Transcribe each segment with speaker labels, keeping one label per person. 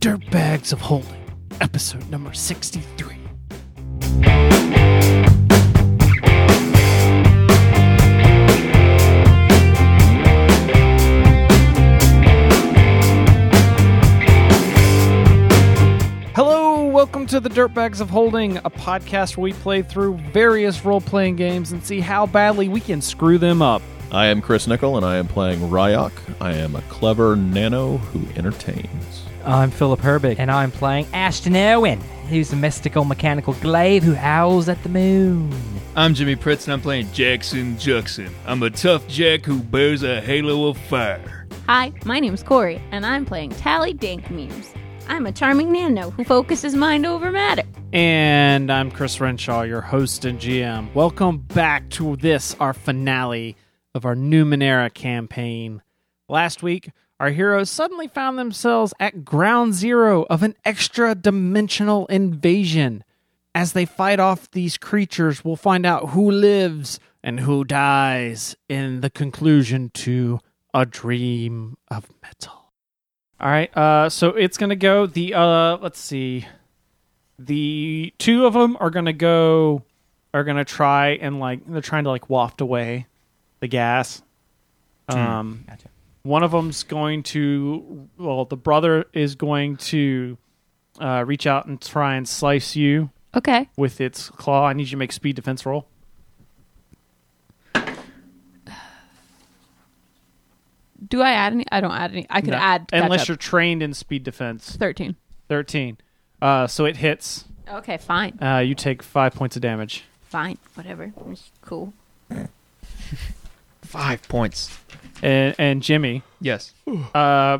Speaker 1: Sense of Holy, episode number 63. Hello, welcome to the Dirtbags of Holding, a podcast where we play through various role playing games and see how badly we can screw them up.
Speaker 2: I am Chris Nickel, and I am playing Ryok. I am a clever nano who entertains.
Speaker 3: I'm Philip Herbig.
Speaker 4: And I'm playing Ashton Irwin, who's a mystical mechanical glaive who howls at the moon.
Speaker 5: I'm Jimmy Pritz and I'm playing Jackson Juxon. I'm a tough jack who bears a halo of fire.
Speaker 6: Hi, my name's Corey, and I'm playing Tally Dank Muse. I'm a charming nano who focuses mind over matter.
Speaker 1: And I'm Chris Renshaw, your host and GM. Welcome back to this, our finale of our Numenera campaign. Last week, our heroes suddenly found themselves at ground zero of an extra dimensional invasion. As they fight off these creatures, we'll find out who lives and who dies in the conclusion to A Dream of Metal. All right, uh, so it's going to go the, uh, let's see the two of them are gonna go are gonna try and like they're trying to like waft away the gas um
Speaker 4: Gotcha.
Speaker 1: one of them's going to well the brother is going to uh reach out and try and slice you
Speaker 6: Okay.
Speaker 1: with its claw i need you to make speed defense roll
Speaker 6: Do I add any? I don't add any. I could
Speaker 1: No.
Speaker 6: add.
Speaker 1: unless
Speaker 6: catch
Speaker 1: you're
Speaker 6: up.
Speaker 1: trained in speed defense
Speaker 6: 13.
Speaker 1: 13 uh so it hits
Speaker 6: Okay, fine.
Speaker 1: uh you take five points of damage
Speaker 6: Fine. Whatever. It's cool.
Speaker 5: Five points.
Speaker 1: and and jimmy
Speaker 5: Yes.
Speaker 1: uh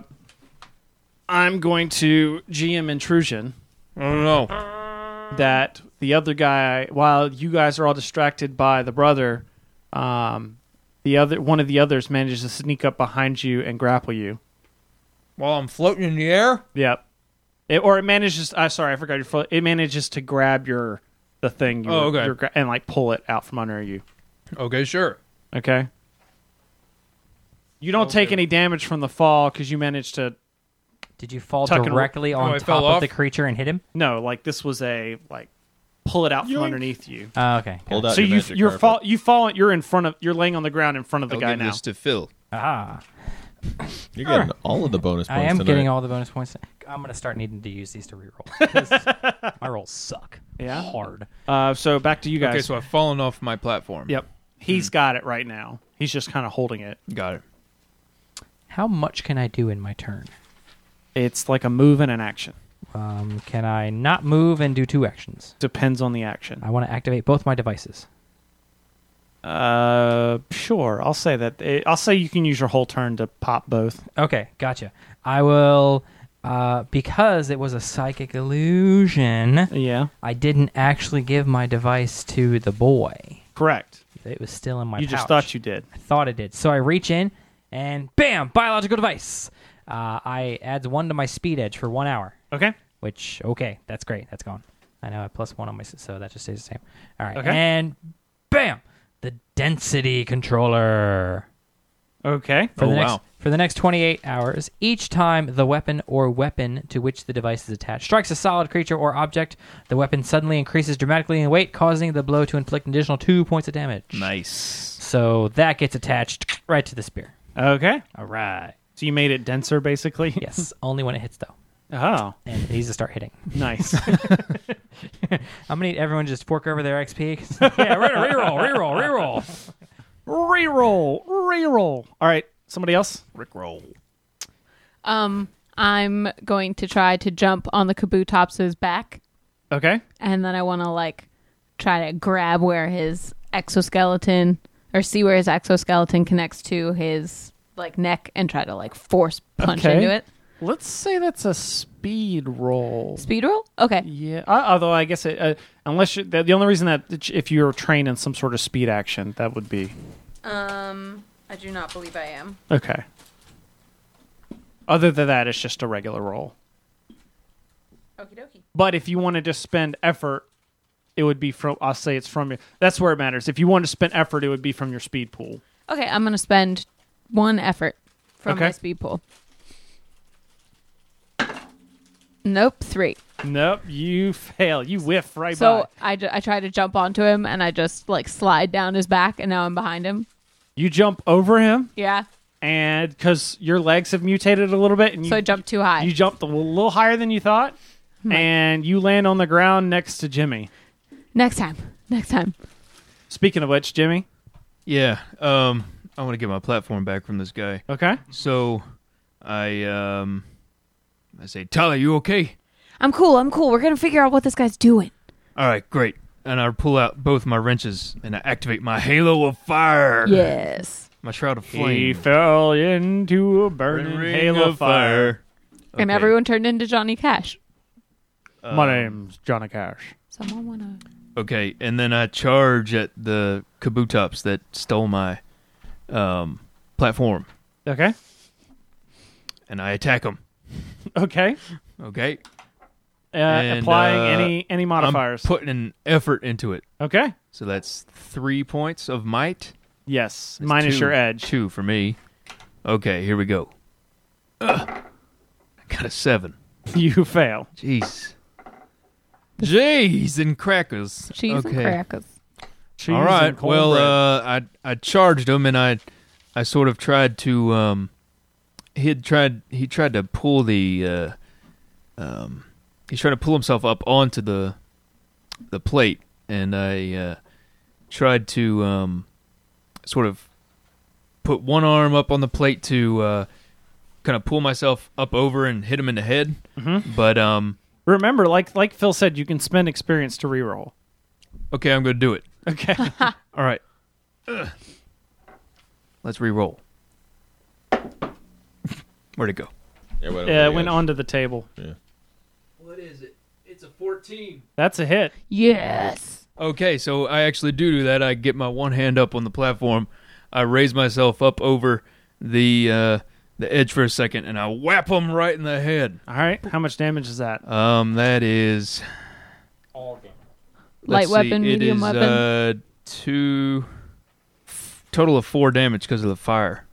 Speaker 1: i'm going to gm intrusion
Speaker 5: Oh no.
Speaker 1: that the other guy, while you guys are all distracted by the brother, um, the other one of the others manages to sneak up behind you and grapple you.
Speaker 5: While I'm floating in the air?
Speaker 1: Yep. It, or it manages. I sorry, I forgot your. fo- It manages to grab your the thing. You
Speaker 5: Oh,
Speaker 1: were-
Speaker 5: okay.
Speaker 1: you're gra- and like pull it out from under you.
Speaker 5: Okay, sure.
Speaker 1: Okay. You don't
Speaker 5: Oh,
Speaker 1: take any damage from the fall because you managed to.
Speaker 4: Did you fall
Speaker 1: Tuck and-
Speaker 4: directly
Speaker 5: Oh,
Speaker 4: on
Speaker 5: I fell
Speaker 4: top of the
Speaker 5: off?
Speaker 4: creature and hit him?
Speaker 1: No, like this was a like pull it out from
Speaker 5: Yoink.
Speaker 1: underneath you.
Speaker 4: Oh, okay.
Speaker 2: Hold out
Speaker 1: So
Speaker 2: your
Speaker 1: you
Speaker 2: magic
Speaker 1: you're
Speaker 2: carpet.
Speaker 1: fall you fall you're in front of you're laying on the ground in front of the guy now.
Speaker 5: to Phil.
Speaker 4: Ah,
Speaker 2: You're getting all of the bonus points.
Speaker 4: I am
Speaker 2: tonight.
Speaker 4: getting all the bonus points. I'm going to start needing to use these to reroll. 'cause my rolls suck.
Speaker 1: Yeah?
Speaker 4: Hard.
Speaker 1: Uh, so back to you guys. Hmm.
Speaker 7: Okay, so I've fallen off my platform.
Speaker 1: yep, he's got it right now. He's just kind of holding it.
Speaker 7: Got it.
Speaker 4: How much can I do in my turn?
Speaker 1: It's like a move and an action.
Speaker 4: Um, can I not move and do two actions?
Speaker 1: Depends on the action.
Speaker 4: I want to activate both my devices.
Speaker 1: Uh, sure. I'll say that. eh, I'll say you can use your whole turn to pop both.
Speaker 4: Okay, gotcha. I will, uh, because it was a psychic illusion.
Speaker 1: Yeah,
Speaker 4: I didn't actually give my device to the boy.
Speaker 1: correct.
Speaker 4: It was still in my
Speaker 1: you just
Speaker 4: pouch.
Speaker 1: thought you did.
Speaker 4: I thought it did. So I reach in and bam, biological device. Uh, I adds one to my speed edge for one hour,
Speaker 1: Okay.
Speaker 4: which okay, that's great. That's gone. I know I have plus one on my s- so that just stays the same. All right,
Speaker 1: Okay.
Speaker 4: and bam, the density controller
Speaker 1: Okay.
Speaker 4: for
Speaker 7: Oh,
Speaker 4: the next
Speaker 7: wow.
Speaker 4: for the next 28 hours each time the weapon or weapon to which the device is attached strikes a solid creature or object the weapon suddenly increases dramatically in weight causing the blow to inflict an additional two points of damage
Speaker 7: Nice.
Speaker 4: so that gets attached right to the spear
Speaker 1: Okay.
Speaker 4: all right
Speaker 1: So you made it denser, basically.
Speaker 4: yes only when it hits though
Speaker 1: Oh,
Speaker 4: and it needs to start hitting
Speaker 1: nice.
Speaker 4: i'm gonna need everyone to just fork over their xp yeah we're gonna reroll reroll reroll
Speaker 1: reroll. Reroll. All right. Somebody else.
Speaker 7: Rickroll.
Speaker 6: Um, I'm going to try to jump on the Kabutopso's back,
Speaker 1: Okay.
Speaker 6: and then I want to, like, try to grab where his exoskeleton, or see where his exoskeleton connects to his, like, neck, and try to, like, force punch
Speaker 1: Okay.
Speaker 6: into it.
Speaker 1: Let's say that's a speed roll.
Speaker 6: Speed roll? Okay.
Speaker 1: Yeah. Uh, although I guess it, uh, unless you the, the only reason that it's- if you're trained in some sort of speed action, that would be
Speaker 6: Um, I do not believe I am.
Speaker 1: okay. Other than that, it's just a regular roll.
Speaker 6: Okie dokie.
Speaker 1: But if you wanted to spend effort, it would be from. I'll say it's from. your- That's where it matters. If you wanted to spend effort, it would be from your speed pool.
Speaker 6: Okay, I'm gonna spend one effort from
Speaker 1: Okay.
Speaker 6: my speed pool. Nope, three.
Speaker 1: Nope, you fail. You whiff right
Speaker 6: so
Speaker 1: by.
Speaker 6: I, ju- I try to jump onto him and I just like slide down his back and now I'm behind him.
Speaker 1: You jump over him,
Speaker 6: Yeah.
Speaker 1: and because your legs have mutated a little bit, and you
Speaker 6: so Hmm. I jumped too high.
Speaker 1: you jumped a little higher than you thought, and you land on the ground next to Jimmy.
Speaker 6: Next time. Next time.
Speaker 1: Speaking of which, Jimmy,
Speaker 7: Yeah. Um, I want to get my platform back from this guy.
Speaker 1: okay,
Speaker 7: So, I um, I say, Tyler, you okay?
Speaker 6: I'm cool. I'm cool. We're going to figure out what this guy's doing.
Speaker 7: All right, great. And I pull out both my wrenches and I activate my halo of fire.
Speaker 6: Yes.
Speaker 7: My shroud of flame.
Speaker 1: he fell into a burning
Speaker 7: Burning
Speaker 1: hail of fire.
Speaker 6: And
Speaker 7: Okay.
Speaker 6: everyone turned into Johnny Cash.
Speaker 1: Uh, My
Speaker 7: Um,
Speaker 1: name's Johnny Cash.
Speaker 6: Someone want to.
Speaker 7: Okay, and then I charge at the kabutops that stole my um, platform,
Speaker 1: Okay,
Speaker 7: and I attack them.
Speaker 1: okay.
Speaker 7: Okay,
Speaker 1: Uh,
Speaker 7: And,
Speaker 1: applying
Speaker 7: uh,
Speaker 1: any any modifiers.
Speaker 7: I'm putting an effort into it.
Speaker 1: okay.
Speaker 7: So that's three points of might.
Speaker 1: Yes,
Speaker 7: That's
Speaker 1: minus
Speaker 7: two-
Speaker 1: your edge.
Speaker 7: Two for me. Okay, here we go. Ugh. I got a seven.
Speaker 1: You fail.
Speaker 7: Jeez. Jeez and crackers.
Speaker 6: Cheese
Speaker 7: okay.
Speaker 6: and crackers.
Speaker 1: Cheese
Speaker 7: All
Speaker 1: and
Speaker 7: right. Well,
Speaker 1: cornbread.
Speaker 7: uh, I I charged him, and I I sort of tried to um, he had tried he tried to pull the uh, um, he's trying to pull himself up onto the the plate, and I uh, tried to um, sort of put one arm up on the plate to uh, kind of pull myself up over and hit him in the head, but um,
Speaker 1: remember, like like Phil said, you can spend experience to reroll.
Speaker 7: okay, I'm gonna do it.
Speaker 1: Okay.
Speaker 7: All right. Ugh. Let's re-roll. Where'd it go?
Speaker 1: Yeah, it went onto the table.
Speaker 7: What is it? It's a 14.
Speaker 1: That's a hit.
Speaker 6: Yes.
Speaker 7: Okay, so I actually do do that. I get my one hand up on the platform. I raise myself up over the uh, the edge for a second, and I whap him right in the head.
Speaker 1: All right. How much damage is that?
Speaker 7: Um, that is
Speaker 6: Light
Speaker 7: let's see,
Speaker 6: weapon,
Speaker 7: it
Speaker 6: medium
Speaker 7: is,
Speaker 6: weapon.
Speaker 7: Uh, two f- total of four damage because of the fire.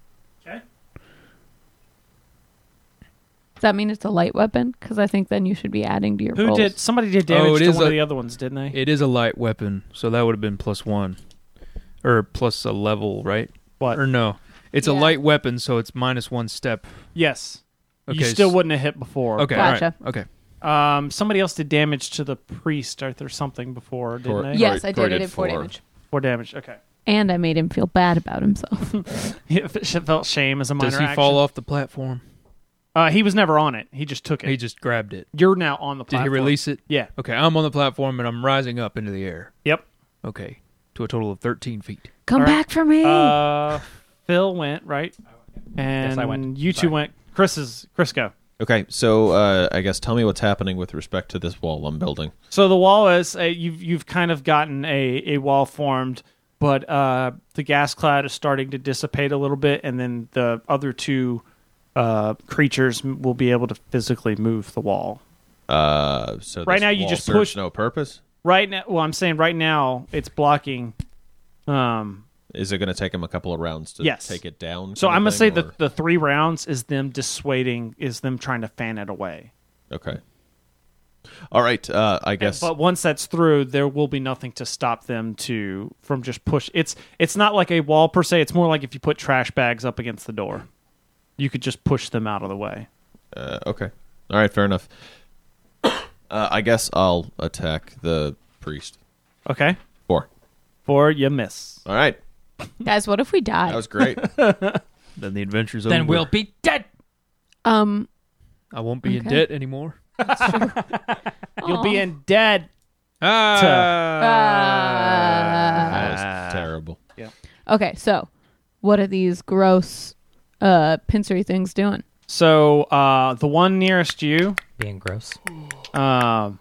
Speaker 6: Does that mean it's a light weapon? Because I think then you should be adding to your
Speaker 1: Who
Speaker 6: rolls.
Speaker 1: did? Somebody did damage
Speaker 7: Oh, it
Speaker 1: to
Speaker 7: is
Speaker 1: one of
Speaker 7: a-
Speaker 1: the other ones, didn't they?
Speaker 7: It is a light weapon, so that would have been plus one, or plus a level, right?
Speaker 1: What?
Speaker 7: Or no, it's a
Speaker 6: Yeah.
Speaker 7: light weapon, so it's minus one step.
Speaker 1: yes. you
Speaker 7: Okay,
Speaker 1: still
Speaker 7: s-
Speaker 1: wouldn't have hit before.
Speaker 7: Okay,
Speaker 6: Gotcha.
Speaker 7: all right, okay.
Speaker 1: Um, somebody else did damage to the priest or, or something before, didn't
Speaker 2: Cor-
Speaker 1: they?
Speaker 6: Yes,
Speaker 2: Corey-
Speaker 6: I did.
Speaker 2: Corey
Speaker 6: I
Speaker 2: did
Speaker 6: did four
Speaker 2: four.
Speaker 6: damage.
Speaker 1: Four damage. Okay.
Speaker 6: And I made him feel bad about himself.
Speaker 1: It f- felt shame as a minor
Speaker 7: Does he
Speaker 1: action.
Speaker 7: fall off the platform?
Speaker 1: Uh, he was never on it. He just took it.
Speaker 7: He just grabbed it.
Speaker 1: You're now on the
Speaker 7: Did
Speaker 1: platform.
Speaker 7: he release it?
Speaker 1: Yeah.
Speaker 7: Okay, I'm on the platform and I'm rising up into the air.
Speaker 1: Yep.
Speaker 7: Okay, to a total of 13 feet.
Speaker 6: Come
Speaker 1: All right.
Speaker 6: back for me.
Speaker 1: Uh, Phil went right, and
Speaker 4: Yes, I went.
Speaker 1: you two
Speaker 4: Sorry.
Speaker 1: went. Chris is Chris go.
Speaker 2: Okay, so uh, I guess tell me what's happening with respect to this wall I'm building.
Speaker 1: So the wall is uh, you've you've kind of gotten a, a wall formed, but uh, the gas cloud is starting to dissipate a little bit, and then the other two uh, creatures m- will be able to physically move the wall.
Speaker 2: Uh, so
Speaker 1: Right
Speaker 2: this
Speaker 1: now you
Speaker 2: wall
Speaker 1: just
Speaker 2: serves
Speaker 1: push-
Speaker 2: No purpose.
Speaker 1: Right now, well, I'm saying right now it's blocking. Um,
Speaker 2: Is it going to take him a couple of rounds to
Speaker 1: Yes.
Speaker 2: take it down?
Speaker 1: so
Speaker 2: kinda
Speaker 1: I'm gonna say
Speaker 2: thing,
Speaker 1: that the three rounds is them dissuading, is them trying to fan it away.
Speaker 2: or- okay. All right. Uh, I
Speaker 1: And-
Speaker 2: guess.
Speaker 1: But once that's through, there will be nothing to stop them to from just push. It's it's not like a wall per se. It's more like if you put trash bags up against the door, you could just push them out of the way.
Speaker 2: Uh, okay. All right. Fair enough. Uh, I guess I'll attack the priest.
Speaker 1: Okay,
Speaker 2: Four.
Speaker 1: or you miss.
Speaker 2: All right.
Speaker 6: Guys, what if we die?
Speaker 2: That was great.
Speaker 7: Then the adventure's over.
Speaker 4: Then we'll be dead.
Speaker 6: um,
Speaker 7: I won't be in
Speaker 6: Okay.
Speaker 7: debt anymore.
Speaker 1: You'll be in dead.
Speaker 7: Ah!
Speaker 2: that was terrible.
Speaker 6: Uh,
Speaker 2: Uh.
Speaker 6: Okay, so what are these gross uh pincery things doing?
Speaker 1: So uh, the one nearest you
Speaker 4: Being gross.
Speaker 1: um,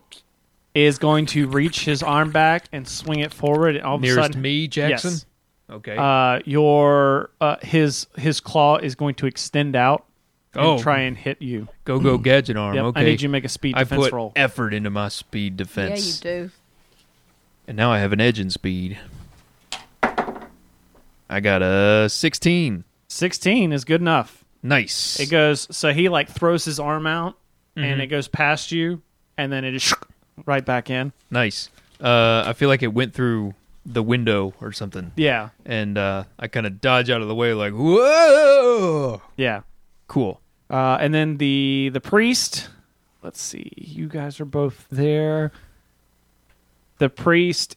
Speaker 1: is going to reach his arm back and swing it forward. And all of a
Speaker 7: Nearest
Speaker 1: sudden,
Speaker 7: me, Jackson?
Speaker 1: Yes.
Speaker 7: Okay.
Speaker 1: Uh, your uh, his his claw is going to extend out and
Speaker 7: Oh.
Speaker 1: try and hit you.
Speaker 7: go, go, gadget arm.
Speaker 1: Yep,
Speaker 7: okay.
Speaker 1: I need you to make a speed
Speaker 7: I
Speaker 1: defense
Speaker 7: put
Speaker 1: roll.
Speaker 7: effort into my speed defense.
Speaker 6: do.
Speaker 7: And now I have an edge in speed. I got a 16.
Speaker 1: 16 is good enough.
Speaker 7: Nice.
Speaker 1: It goes, so he like throws his arm out
Speaker 7: Mm-hmm.
Speaker 1: and it goes past you, and then it is right back in.
Speaker 7: Nice. Uh, I feel like it went through the window or something,
Speaker 1: Yeah,
Speaker 7: and uh, I kind of dodge out of the way, like whoa.
Speaker 1: yeah.
Speaker 7: Cool.
Speaker 1: Uh, and then the the priest. Let's see. You guys are both there. The priest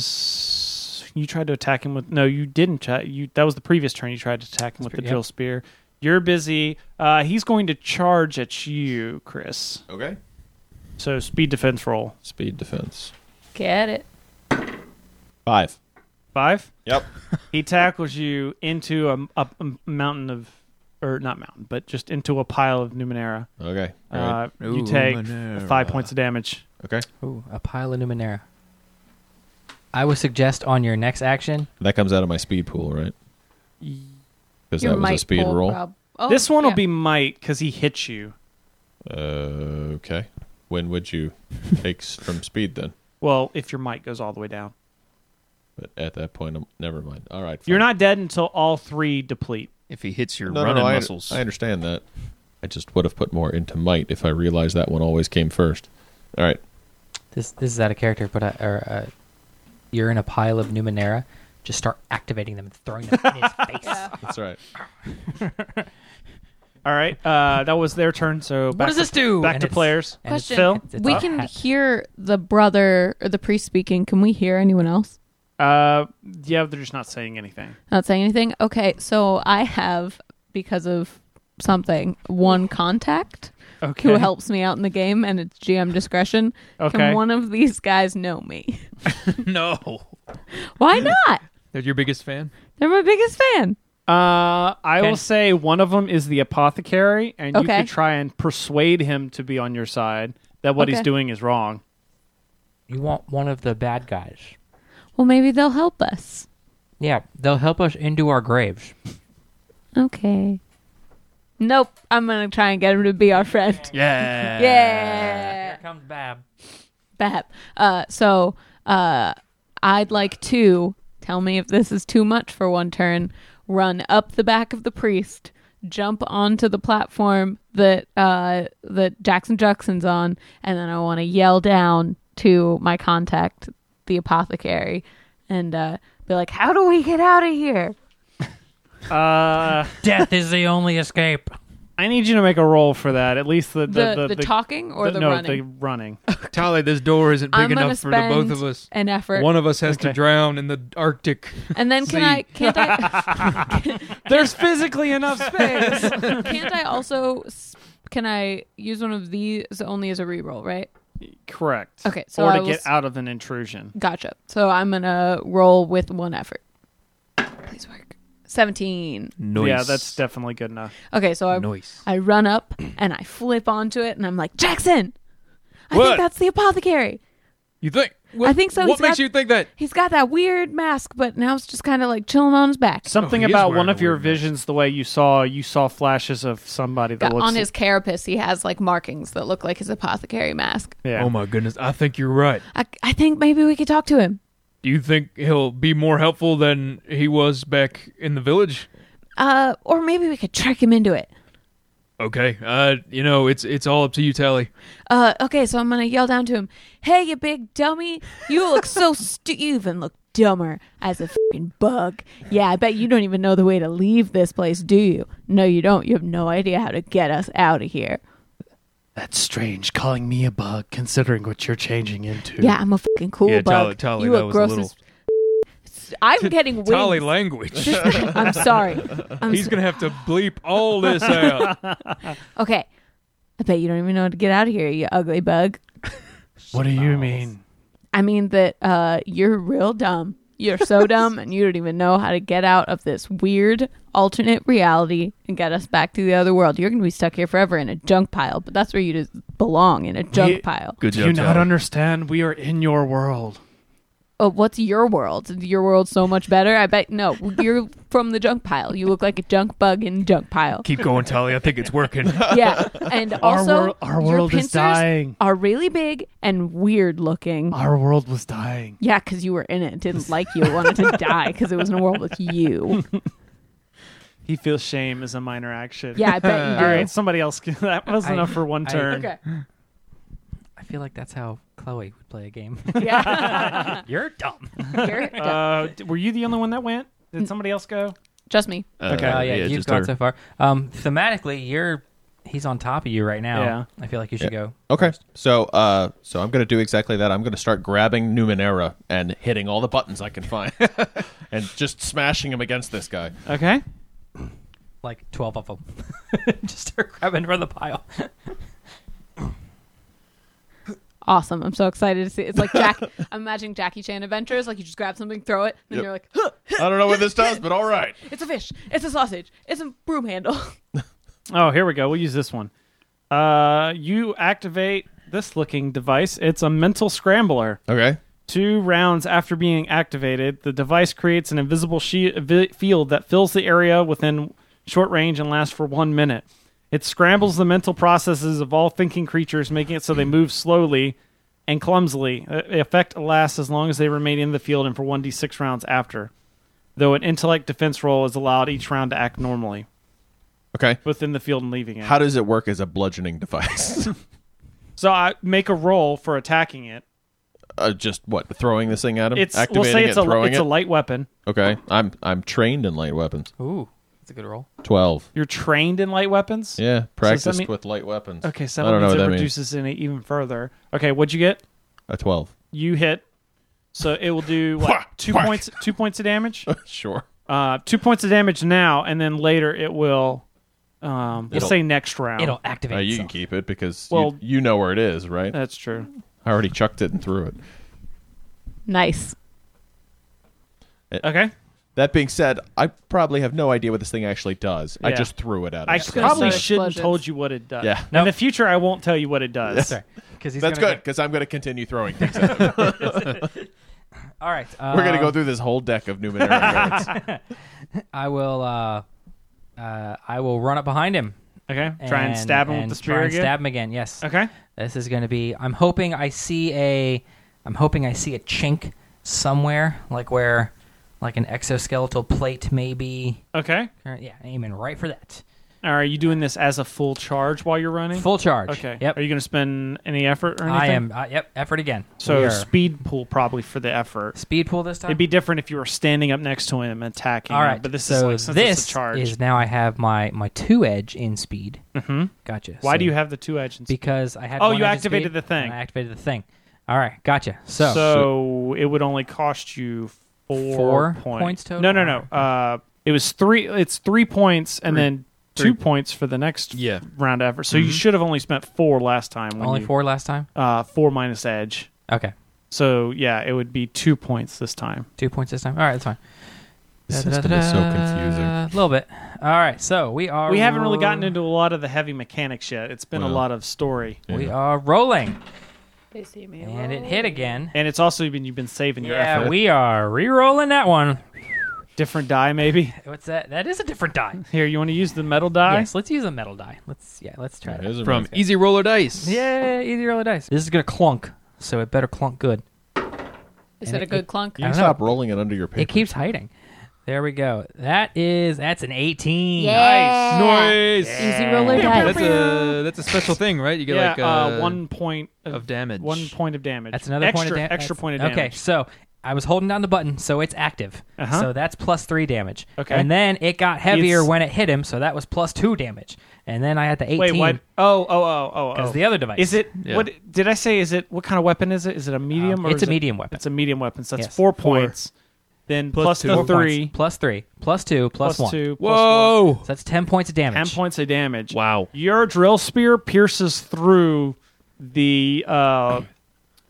Speaker 1: is. You tried to attack him with. No, you didn't. Try, you that was the previous turn. You tried to attack him with the
Speaker 4: Spear-
Speaker 1: drill spear. You're busy. Uh, he's going to charge at you, Chris.
Speaker 2: Okay.
Speaker 1: So speed defense roll
Speaker 2: Speed defense.
Speaker 6: Get it.
Speaker 2: Five.
Speaker 1: five.
Speaker 2: Yep.
Speaker 1: He tackles you into a, a- a mountain of, or not mountain, but just into a pile of Numenera.
Speaker 2: Okay. All right.
Speaker 1: Uh, you
Speaker 7: Ooh,
Speaker 1: take
Speaker 7: Numenera.
Speaker 1: five points of damage.
Speaker 2: okay.
Speaker 4: Ooh, a pile of Numenera. I would suggest on your next action.
Speaker 2: That comes out of my speed pool, right? Because
Speaker 6: Your
Speaker 2: that was a
Speaker 6: might
Speaker 2: speed
Speaker 6: pull
Speaker 2: roll.
Speaker 6: prob- Oh,
Speaker 1: this one
Speaker 6: yeah.
Speaker 1: will be might because he hits you.
Speaker 2: Uh, okay. When would you take s- from speed then?
Speaker 1: Well, if your might goes all the way down,
Speaker 2: But at that point, I'm, never mind. All right.
Speaker 1: you're
Speaker 2: fine.
Speaker 1: not dead until all three deplete.
Speaker 7: If he hits your
Speaker 2: No, no,
Speaker 7: running
Speaker 2: no, I-
Speaker 7: muscles,
Speaker 2: I, understand that. I just would have put more into might if I realized that one always came first. All right.
Speaker 4: This this is out of character, but I, or, uh, you're in a pile of Numenera. Just start activating them and throwing them in his face.
Speaker 2: That's all right.
Speaker 1: All right, uh, that was their turn. So
Speaker 4: What
Speaker 1: back
Speaker 4: does
Speaker 1: to,
Speaker 4: this do?
Speaker 1: Back
Speaker 4: And
Speaker 1: to
Speaker 4: it's-
Speaker 1: players.
Speaker 4: and it's-
Speaker 6: Question.
Speaker 1: Phil?
Speaker 4: it's- it's
Speaker 6: we
Speaker 4: a
Speaker 6: can
Speaker 4: hat.
Speaker 6: hear the brother or the priest speaking. Can we hear anyone else?
Speaker 1: Uh, yeah, they're just not saying anything.
Speaker 6: Not saying anything? Okay, so I have, because of something, one contact
Speaker 1: Okay.
Speaker 6: who helps me out in the game, and it's GM discretion.
Speaker 1: Okay.
Speaker 6: Can one of these guys know me?
Speaker 7: no.
Speaker 6: Why not?
Speaker 7: They're your biggest fan.
Speaker 6: They're my biggest fan.
Speaker 1: Uh, I
Speaker 4: Okay.
Speaker 1: will say one of them is the apothecary, and you
Speaker 6: Okay.
Speaker 1: could try and persuade him to be on your side that what he's
Speaker 6: Okay.
Speaker 1: doing is wrong.
Speaker 4: You want one of the bad guys.
Speaker 6: Well, maybe they'll help us.
Speaker 4: Yeah, they'll help us into our graves.
Speaker 6: Uh, Okay. Nope. I'm going to try and get him to be our friend.
Speaker 7: Yeah.
Speaker 6: Yeah.
Speaker 4: comes Bab.
Speaker 6: Bap. Uh, so uh, I'd like to tell me if this is too much for one turn. Run up the back of the priest, jump onto the platform that uh, that Jackson Jackson's on, and then I want to yell down to my contact, the apothecary, and uh, be like, "How do we get out of here?"
Speaker 1: Uh,
Speaker 4: Death is the only escape.
Speaker 1: I need you to make a roll for that. At least the the,
Speaker 6: The the, talking or the,
Speaker 1: no,
Speaker 6: running.
Speaker 1: the running.
Speaker 7: Tolly, this door isn't big
Speaker 6: I'm gonna
Speaker 7: enough for the both
Speaker 6: spend
Speaker 7: of us.
Speaker 6: An effort,
Speaker 7: One of us has
Speaker 1: Okay.
Speaker 7: to drown in the Arctic.
Speaker 6: and then can I can't I?
Speaker 1: There's physically enough space.
Speaker 6: Can't I also? s- Can I use one of these only as a reroll? Right.
Speaker 1: Correct.
Speaker 6: Okay, so
Speaker 1: or to
Speaker 6: I will
Speaker 1: get
Speaker 6: s-
Speaker 1: out of an intrusion.
Speaker 6: Gotcha. So I'm gonna roll with one effort. Please work. Seventeen.
Speaker 7: Noise.
Speaker 1: Yeah, that's definitely good enough.
Speaker 6: Okay, so I
Speaker 7: Noise.
Speaker 6: I run up and I flip onto it and I'm like Jackson. I
Speaker 7: What?
Speaker 6: think that's the apothecary.
Speaker 7: You think?
Speaker 6: I think so.
Speaker 7: What
Speaker 6: He's
Speaker 7: makes
Speaker 6: got-
Speaker 7: you think that?
Speaker 6: He's got that weird mask, but now it's just kind of like chilling on his back.
Speaker 1: Something
Speaker 7: he is
Speaker 1: about one
Speaker 7: wearing
Speaker 1: of
Speaker 7: a
Speaker 1: your
Speaker 7: weird mask.
Speaker 1: visions, the way you saw, you saw flashes of somebody that
Speaker 6: Got-
Speaker 1: looks
Speaker 6: on his carapace, he has like markings that look like his apothecary mask.
Speaker 1: Yeah.
Speaker 7: Oh my goodness! I think you're right.
Speaker 6: I, I think maybe we could talk to him.
Speaker 7: Do you think he'll be more helpful than he was back in the village?
Speaker 6: Uh, or maybe we could trick him into it.
Speaker 7: Okay. Uh, you know, it's it's all up to you, Tally.
Speaker 6: Uh, okay, so I'm gonna yell down to him. Hey, you big dummy! You look so stu- You even look dumber as a fing bug. Yeah, I bet you don't even know the way to leave this place, do you? No, you don't. You have no idea how to get us out of here.
Speaker 1: That's strange, calling me a bug, considering what you're changing into.
Speaker 6: Yeah, I'm a fucking cool
Speaker 7: Yeah, Tolly-
Speaker 6: bug.
Speaker 7: Tolly,
Speaker 6: you
Speaker 7: that
Speaker 6: look
Speaker 7: was a
Speaker 6: gross
Speaker 7: little-
Speaker 6: as- I'm getting wings.
Speaker 7: Tally language.
Speaker 6: I'm sorry. I'm
Speaker 7: He's
Speaker 6: so-
Speaker 7: gonna have to bleep all this out.
Speaker 6: okay. I bet you don't even know how to get out of here, you ugly bug.
Speaker 1: What do you mean?
Speaker 6: I mean that uh, you're real dumb. You're so dumb, and you don't even know how to get out of this weird alternate reality and get us back to the other world. You're going to be stuck here forever in a junk pile, but that's where you just belong in a junk
Speaker 1: Ye-
Speaker 6: pile.
Speaker 7: Good
Speaker 1: Do you not understand? We are in your world.
Speaker 6: Oh, what's your world? Is your world so much better? I bet no. You're from the junk pile. You look like a junk bug in a junk pile.
Speaker 7: Keep going, Tally. I think it's working.
Speaker 6: Yeah, and
Speaker 1: Our
Speaker 6: also
Speaker 1: wor- our
Speaker 6: your
Speaker 1: world is
Speaker 6: pincers
Speaker 1: dying. Uh.
Speaker 6: Are really big and weird looking.
Speaker 1: Our world was dying.
Speaker 6: Yeah, because you were in it. Didn't like you. Wanted to die because it was in a world with you.
Speaker 1: He feels shame as a minor action.
Speaker 6: Yeah, I bet you
Speaker 1: All
Speaker 6: do.
Speaker 1: right, somebody else. can- that was
Speaker 4: I-
Speaker 1: enough for one
Speaker 4: I-
Speaker 1: turn.
Speaker 6: Okay.
Speaker 4: I feel like that's how Chloe would play a game.
Speaker 6: Yeah.
Speaker 4: You're dumb.
Speaker 6: You're done.
Speaker 1: Uh, d- were you the only one that went? Did somebody else go?
Speaker 6: Just me.
Speaker 2: Uh,
Speaker 1: Okay.
Speaker 4: Oh yeah, you've
Speaker 7: just
Speaker 4: gone
Speaker 7: her.
Speaker 4: so far. Um, thematically, you're he's on top of you right now.
Speaker 1: Yeah.
Speaker 4: I feel like you should go.
Speaker 2: Okay, so uh, so I'm gonna do exactly that. I'm gonna start grabbing Numenera and hitting all the buttons I can find, and just smashing them against this guy.
Speaker 1: Okay.
Speaker 4: Like twelve of them. Just start grabbing from the pile.
Speaker 6: Awesome. I'm so excited to see. It's like Jack. I'm imagining Jackie Chan adventures. Like you just grab something, throw it, and
Speaker 2: Yep.
Speaker 6: you're like, huh,
Speaker 2: I don't know what this does, but all right.
Speaker 6: it's a fish. It's a sausage. It's a broom handle.
Speaker 1: Oh, here we go. We'll use this one. Uh, you activate this looking device. It's a mental scrambler.
Speaker 2: Okay.
Speaker 1: Two rounds after being activated, the device creates an invisible she- vi- field that fills the area within short range and lasts for one minute. It scrambles the mental processes of all thinking creatures, making it so they move slowly and clumsily. Uh, The effect lasts as long as they remain in the field and for 1d6 rounds after, though an intellect defense roll is allowed each round to act normally
Speaker 2: Okay.
Speaker 1: within the field and leaving it.
Speaker 2: How does it work as a bludgeoning device?
Speaker 1: so I make a roll for attacking it.
Speaker 2: uh, just what throwing this thing at him?
Speaker 1: It's
Speaker 2: activating
Speaker 1: we'll say it's
Speaker 2: it,
Speaker 1: a
Speaker 2: throwing
Speaker 1: it's
Speaker 2: it.
Speaker 1: a light weapon.
Speaker 2: okay. I'm I'm trained in light weapons.
Speaker 4: Ooh, that's a good roll.
Speaker 2: Twelve.
Speaker 1: You're trained in light weapons.
Speaker 2: Yeah. Practiced
Speaker 1: mean-
Speaker 2: with light weapons.
Speaker 1: Okay, so
Speaker 2: I
Speaker 1: that
Speaker 2: don't know
Speaker 1: means
Speaker 2: what
Speaker 1: it
Speaker 2: that means.
Speaker 1: reduces in it even further. Okay, what'd you get?
Speaker 2: A twelve.
Speaker 1: You hit. So it will do what, two points. Two points of damage.
Speaker 2: Sure.
Speaker 1: Uh, two points of damage now, and then later it will. Um, we'll
Speaker 2: It'll-
Speaker 1: say next round.
Speaker 4: It'll activate.
Speaker 2: Uh, you can
Speaker 4: itself.
Speaker 2: keep it because
Speaker 1: Well- Uh,
Speaker 2: you, you know where it is, right?
Speaker 1: That's true.
Speaker 2: I already chucked it and threw it.
Speaker 6: nice.
Speaker 1: Okay.
Speaker 2: That being said, I probably have no idea what this thing actually does. I
Speaker 1: Yeah.
Speaker 2: just threw it at
Speaker 1: I
Speaker 2: him.
Speaker 6: gonna
Speaker 1: probably
Speaker 6: say
Speaker 1: shouldn't have
Speaker 6: explosions.
Speaker 1: told you what it does.
Speaker 2: Yeah.
Speaker 1: In
Speaker 4: Nope.
Speaker 1: the future, I won't tell you what it does.
Speaker 4: Sorry, because he's
Speaker 2: That's
Speaker 4: gonna
Speaker 2: good because I'm going to continue throwing things. At him.
Speaker 4: Go. All right,
Speaker 2: We're going to go
Speaker 4: um,
Speaker 2: through this whole deck of Numenera cards.
Speaker 4: I will. Uh, uh, I will run up behind him.
Speaker 1: Okay. try and stab him with
Speaker 4: and
Speaker 1: the
Speaker 4: try
Speaker 1: spear
Speaker 4: and
Speaker 1: again.
Speaker 4: Stab him again. Yes.
Speaker 1: Okay.
Speaker 4: This is going to be. I'm hoping I see a. I'm hoping I see a chink somewhere, like where, like an exoskeletal plate, maybe.
Speaker 1: Okay.
Speaker 4: Or- Yeah, aiming right for that.
Speaker 1: Are you doing this as a full charge while you're running?
Speaker 4: Full charge.
Speaker 1: Okay.
Speaker 4: Yep.
Speaker 1: Are you going to spend any effort or anything?
Speaker 4: I am. Uh, yep. Effort again.
Speaker 1: So
Speaker 4: We are-
Speaker 1: speed pool probably for the effort.
Speaker 4: speed pool this time.
Speaker 1: It'd be different if you were standing up next to him attacking.
Speaker 4: All
Speaker 1: him,
Speaker 4: right.
Speaker 1: but this
Speaker 4: so
Speaker 1: is like, since
Speaker 4: this
Speaker 1: it's a charge.
Speaker 4: is now I have my my two edge in speed. Mm-hmm. Gotcha.
Speaker 1: Why
Speaker 4: So-
Speaker 1: do you have the two edge? And
Speaker 4: Because I had.
Speaker 1: Oh,
Speaker 4: one
Speaker 1: you
Speaker 4: edge in
Speaker 1: activated
Speaker 4: speed,
Speaker 1: the thing.
Speaker 4: and I activated the thing. All right. Gotcha.
Speaker 1: so,
Speaker 4: So.
Speaker 1: it would only cost you four,
Speaker 4: Four
Speaker 1: points.
Speaker 4: points total?
Speaker 1: No, no, no. Uh, it was three. It's three points and
Speaker 7: Three-
Speaker 1: then two
Speaker 7: three.
Speaker 1: points for the next
Speaker 7: Yeah.
Speaker 1: round effort. So you should have only spent four last time. When
Speaker 4: Mm-hmm. only
Speaker 1: you-
Speaker 4: four last time.
Speaker 1: Uh, four minus edge.
Speaker 4: Okay.
Speaker 1: So yeah, it would be two points this time.
Speaker 4: Two points this time. All right, that's fine.
Speaker 2: This system is so confusing.
Speaker 4: A little bit. All right, so we are.
Speaker 1: We haven't really gotten into a lot of the heavy mechanics yet. It's been a
Speaker 2: Well.
Speaker 1: lot of story.
Speaker 4: We
Speaker 2: Yeah.
Speaker 4: are rolling,
Speaker 6: They see me.
Speaker 4: and it hit again.
Speaker 1: And it's also been you've been saving your
Speaker 4: Yeah,
Speaker 1: effort.
Speaker 4: we are re-rolling that one.
Speaker 1: Different die, maybe.
Speaker 4: What's that? That is a different die.
Speaker 1: Here, you want to use the metal die?
Speaker 4: Yes, let's use a metal die. Let's yeah, let's try
Speaker 2: It
Speaker 4: that.
Speaker 2: is
Speaker 7: From
Speaker 2: amazing.
Speaker 7: Easy Roller Dice.
Speaker 4: Yeah, easy roll of dice. This is gonna clunk, so it better clunk good.
Speaker 6: Is
Speaker 4: And
Speaker 6: it a
Speaker 4: it-
Speaker 6: good clunk?
Speaker 4: I
Speaker 2: you
Speaker 4: don't
Speaker 2: stop
Speaker 4: know.
Speaker 2: rolling it under your paper.
Speaker 4: It keeps hiding. There we go. That is that's an eighteen.
Speaker 6: Yeah.
Speaker 7: Nice.
Speaker 6: Easy roller
Speaker 7: That's
Speaker 6: dice.
Speaker 7: a that's a special thing, right? You get
Speaker 1: yeah,
Speaker 7: like
Speaker 1: uh,
Speaker 7: uh,
Speaker 1: one point of,
Speaker 7: of damage.
Speaker 1: One point of damage.
Speaker 4: That's another
Speaker 1: extra,
Speaker 4: point of damage.
Speaker 1: Extra point of
Speaker 4: Okay,
Speaker 1: damage.
Speaker 4: so I was holding down the button, so it's active.
Speaker 1: Uh-huh.
Speaker 4: So that's plus three damage.
Speaker 1: Okay.
Speaker 4: And then it got heavier
Speaker 1: It's-
Speaker 4: when it hit him, so that was plus two damage. And then I had the 18.
Speaker 1: Wait, what? Oh, oh, oh, oh, oh.
Speaker 4: Because the other device.
Speaker 1: Is it?
Speaker 7: Yeah.
Speaker 1: What did I say? Is it? What kind of weapon is it? Is it a medium?
Speaker 4: Um,
Speaker 1: or
Speaker 4: it's
Speaker 1: is
Speaker 4: a
Speaker 1: it-
Speaker 4: medium weapon.
Speaker 1: It's a medium weapon. So that's
Speaker 4: Yes.
Speaker 1: four
Speaker 7: Four.
Speaker 1: points. Then
Speaker 7: Plus
Speaker 1: plus,
Speaker 7: two.
Speaker 1: the
Speaker 4: Four points.
Speaker 1: three
Speaker 4: Plus three. Plus two. Plus
Speaker 1: plus
Speaker 4: one.
Speaker 1: two. plus one.
Speaker 7: Whoa.
Speaker 4: So that's 10 points of
Speaker 1: Ten
Speaker 4: damage.
Speaker 1: points of damage.
Speaker 7: Wow.
Speaker 1: Your drill spear pierces through the uh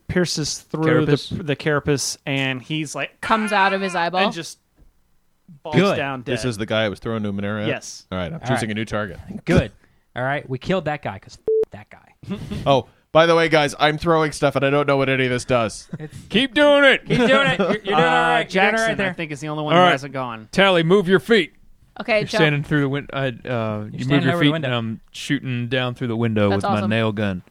Speaker 1: pierces through the
Speaker 7: Carapace?
Speaker 1: the carapace and he's like
Speaker 6: Comes out of his eyeball.
Speaker 1: and just falls
Speaker 4: Good.
Speaker 1: down dead.
Speaker 2: This is the guy I was throwing Numenera at?
Speaker 1: Yes.
Speaker 2: All right, I'm
Speaker 4: All
Speaker 2: choosing
Speaker 4: right.
Speaker 2: a new target.
Speaker 4: Good. All right. We killed that guy because that guy.
Speaker 2: Oh, by the way, guys, I'm throwing stuff and I don't know what any of this does.
Speaker 7: Keep doing it.
Speaker 4: You're doing it. You're, you're doing all right. You're doing
Speaker 1: Uh, Jackson,
Speaker 4: all right there.
Speaker 1: I think, is the only one
Speaker 7: All
Speaker 1: who
Speaker 7: right.
Speaker 1: hasn't gone.
Speaker 7: Tally, move your feet.
Speaker 6: okay,
Speaker 7: You're
Speaker 6: jump.
Speaker 7: standing through the window. Uh, you
Speaker 4: standing
Speaker 7: move your
Speaker 4: over the
Speaker 7: feet,
Speaker 4: window.
Speaker 7: and I'm shooting down through the window
Speaker 6: That's
Speaker 7: with
Speaker 6: awesome.
Speaker 7: my nail gun.